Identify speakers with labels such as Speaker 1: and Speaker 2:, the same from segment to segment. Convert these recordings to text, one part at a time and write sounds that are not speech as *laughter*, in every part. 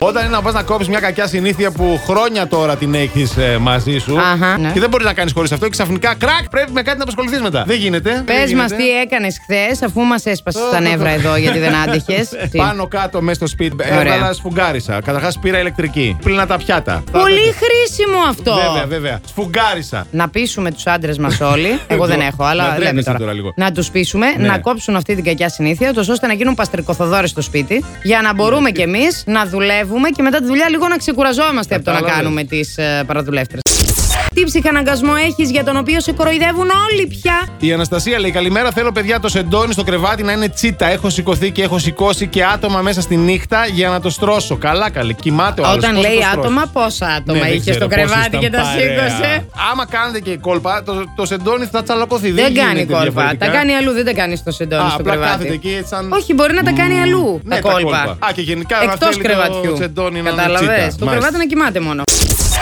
Speaker 1: Όταν είναι να πας να κόψεις μια κακιά συνήθεια που χρόνια τώρα την έχεις μαζί σου.
Speaker 2: Αχα, ναι.
Speaker 1: Και δεν μπορείς να κάνεις χωρίς αυτό. Και ξαφνικά κρακ πρέπει με κάτι να απασχοληθείς μετά. Δεν γίνεται. δεν
Speaker 2: Πε μας
Speaker 1: γίνεται.
Speaker 2: τι έκανες χθες, αφού μας έσπασες
Speaker 1: Ω,
Speaker 2: τα
Speaker 1: το, το.
Speaker 2: νεύρα εδώ γιατί
Speaker 1: *laughs*
Speaker 2: δεν άντυχες.
Speaker 1: Πάνω κάτω μέσα στο σπίτι. ε,
Speaker 2: Ωραία.
Speaker 1: Έβαλα σφουγγάρισα. Καταρχάς πήρα ηλεκτρική. Πλήνα τα πιάτα.
Speaker 2: Πολύ χρήσιμο αυτό.
Speaker 1: Βέβαια, βέβαια. Σφουγγάρισα.
Speaker 2: Να πείσουμε τους άντρες μας
Speaker 1: *laughs*
Speaker 2: όλοι. Εγώ δεν έχω,
Speaker 1: Να
Speaker 2: αλλά λέμε
Speaker 1: τρέπεσαι
Speaker 2: τώρα.
Speaker 1: τώρα λίγο.
Speaker 2: Να τους πείσουμε
Speaker 1: Ναι.
Speaker 2: να κόψουν αυτή την κακιά συνήθεια, ούτως ώστε να γίνουν παστρικοθοδόρες στο σπίτι, για να
Speaker 1: Ναι.
Speaker 2: μπορούμε κι εμείς να δουλεύουμε και μετά τη δουλειά λίγο να ξεκουραζόμαστε από το να
Speaker 1: Κατάλαβες.
Speaker 2: κάνουμε τις παραδουλεύτρες. Τι ψυχαναγκασμό έχεις για τον οποίο σε κοροϊδεύουν όλοι πια.
Speaker 1: Η Αναστασία λέει: Καλημέρα. Θέλω παιδιά το σεντόνι στο κρεβάτι να είναι τσίτα. Έχω σηκωθεί και έχω σηκώσει και άτομα μέσα στη νύχτα για να το στρώσω. Καλά, καλή. Κοιμάται ο άλλος.
Speaker 2: Όταν
Speaker 1: Πώς το
Speaker 2: λέει
Speaker 1: στρώσεις?
Speaker 2: άτομα, πόσα άτομα
Speaker 1: Ναι, δεν
Speaker 2: είχες
Speaker 1: ξέρω
Speaker 2: στο
Speaker 1: πώς
Speaker 2: κρεβάτι
Speaker 1: ήσταν
Speaker 2: και τα
Speaker 1: παρέα.
Speaker 2: σήκωσε.
Speaker 1: Άμα κάνετε και κόλπα, το, το σεντόνι θα τσαλακωθεί.
Speaker 2: Δεν κάνει
Speaker 1: γίνεται
Speaker 2: κόλπα.
Speaker 1: διαφορετικά.
Speaker 2: Τα κάνει αλλού, δεν τα κάνεις στο
Speaker 1: Α,
Speaker 2: σεντόνι στο
Speaker 1: απλά κάθεται
Speaker 2: κρεβάτι.
Speaker 1: εκεί έτσι σαν.
Speaker 2: Όχι, μπορεί να τα κάνει αλλού
Speaker 1: Ναι,
Speaker 2: τα κόλπα.
Speaker 1: Α, και γενικά να
Speaker 2: Εκτό
Speaker 1: θέλει
Speaker 2: κρεβατιού.
Speaker 1: Το σεντόνι να είναι
Speaker 2: Κατάλαβε.
Speaker 1: τσίτα.
Speaker 2: Το
Speaker 1: Μάλιστα.
Speaker 2: κρεβάτι να κοιμάται μόνο.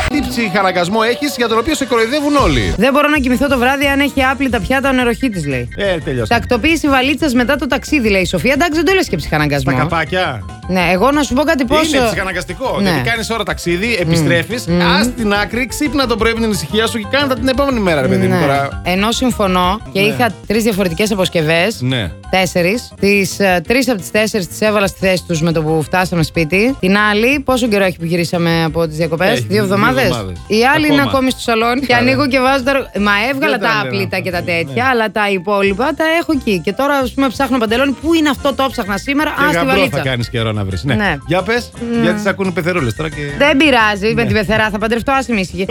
Speaker 1: Τι ψυχαναγκασμό έχεις για τον οποίο σε κοροϊδεύουν όλοι.
Speaker 2: Δεν μπορώ να κοιμηθώ το βράδυ αν έχει άπλυτα πιάτα ο νεροχύτη, λέει.
Speaker 1: Ε, τελειώσα.
Speaker 2: Τακτοποίηση βαλίτσα μετά το ταξίδι, λέει η Σοφία. Εντάξει, δεν το λες και
Speaker 1: Τα
Speaker 2: ψυχαναγκασμό.
Speaker 1: καπάκια.
Speaker 2: Ναι, εγώ να σου πω κάτι πόσο.
Speaker 1: Είναι ψυχαναγκαστικό.
Speaker 2: Ναι.
Speaker 1: Γιατί κάνεις ώρα ταξίδι, επιστρέφεις, mm. ας την άκρη, ξύπνα το πρωί με την ησυχία σου και κάνε τα την επόμενη μέρα, ρε παιδί μου
Speaker 2: Ναι.
Speaker 1: τώρα.
Speaker 2: Ενώ συμφωνώ και
Speaker 1: Ναι.
Speaker 2: είχα τρεις διαφορετικές αποσκευές.
Speaker 1: Ναι.
Speaker 2: Τέσσερις. Τις τρει ε, από τις τέσσερις τις έβαλα στη θέση τους με το που φτάσαμε σπίτι. Την άλλη, πόσο καιρό έχει που γυρίσαμε από τις διακοπές,
Speaker 1: Έχει
Speaker 2: δύο εβδομάδε.
Speaker 1: εβδομάδες.
Speaker 2: Η άλλη είναι
Speaker 1: Ακόμα.
Speaker 2: ακόμη στο σαλόν και
Speaker 1: Άρα.
Speaker 2: ανοίγω και βάζω τα. Μα έβγαλα
Speaker 1: Δεν τα
Speaker 2: τα
Speaker 1: λένε
Speaker 2: άπλυτα
Speaker 1: αυτά,
Speaker 2: και τα
Speaker 1: ναι.
Speaker 2: τέτοια, αλλά τα υπόλοιπα τα έχω εκεί. Και τώρα, ας πούμε, ψάχνω παντελόνι. Πού είναι αυτό το ψάχνα σήμερα,
Speaker 1: Και
Speaker 2: α στη
Speaker 1: γαμπρό θα
Speaker 2: βαλίτσα.
Speaker 1: κάνεις καιρό να βρεις. Ναι.
Speaker 2: Ναι.
Speaker 1: Για πες, γιατί σε ακούνε πεθερούλες τώρα και.
Speaker 2: Δεν πειράζει
Speaker 1: Ναι.
Speaker 2: με την πεθερά, θα παντρευτώ άσχημη ήσυχη.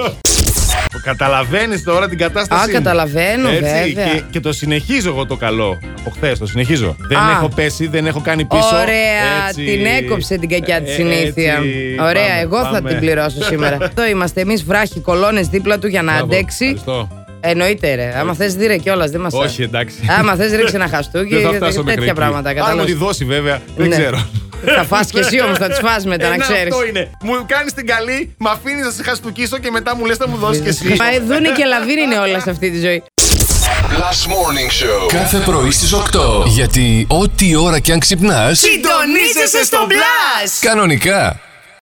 Speaker 1: Καταλαβαίνεις τώρα την κατάσταση.
Speaker 2: Α, καταλαβαίνω, βέβαια.
Speaker 1: Και, και το συνεχίζω εγώ το καλό. Από χθες το συνεχίζω. Δεν
Speaker 2: Α.
Speaker 1: έχω πέσει, δεν έχω κάνει πίσω.
Speaker 2: Ωραία,
Speaker 1: Έτσι.
Speaker 2: την έκοψε την κακιά της
Speaker 1: Ε,
Speaker 2: συνήθεια.
Speaker 1: έτσι.
Speaker 2: Ωραία,
Speaker 1: Πάμε,
Speaker 2: εγώ θα
Speaker 1: πάμε.
Speaker 2: την πληρώσω
Speaker 1: *laughs*
Speaker 2: σήμερα. Εδώ είμαστε εμείς βράχοι κολόνες δίπλα του για να
Speaker 1: Μπράβο,
Speaker 2: αντέξει.
Speaker 1: ευχαριστώ.
Speaker 2: Εννοείται, ρε. Άμα θε, δίρε κιόλας, δεν μας
Speaker 1: Όχι, εντάξει. *laughs*
Speaker 2: Άμα θες, ρίξε ένα χαστούκι
Speaker 1: Δεν θα
Speaker 2: και
Speaker 1: φτάσω μέχρι
Speaker 2: τέτοια
Speaker 1: εκεί.
Speaker 2: πράγματα.
Speaker 1: Αν μου τη
Speaker 2: κατάλαβες.
Speaker 1: δώσει, βέβαια, δεν
Speaker 2: Ναι.
Speaker 1: ξέρω.
Speaker 2: Θα φας κι εσύ όμως, θα τις φας μετά, να
Speaker 1: Ε, ναι,
Speaker 2: ξέρεις.
Speaker 1: Αυτό είναι. Μου κάνεις την καλή, με αφήνεις να σε χαστούκίσω και μετά μου λες να μου δώσεις κι εσύ.
Speaker 2: Μα δούνε και λαβύρι είναι όλα σε αυτή τη ζωή.
Speaker 3: Last Morning Show.
Speaker 4: Κάθε πρωί στις 8. Γιατί ό,τι ώρα κι αν ξυπνάς,
Speaker 2: Συντονίζεσαι στο μπλα!
Speaker 4: κανονικά.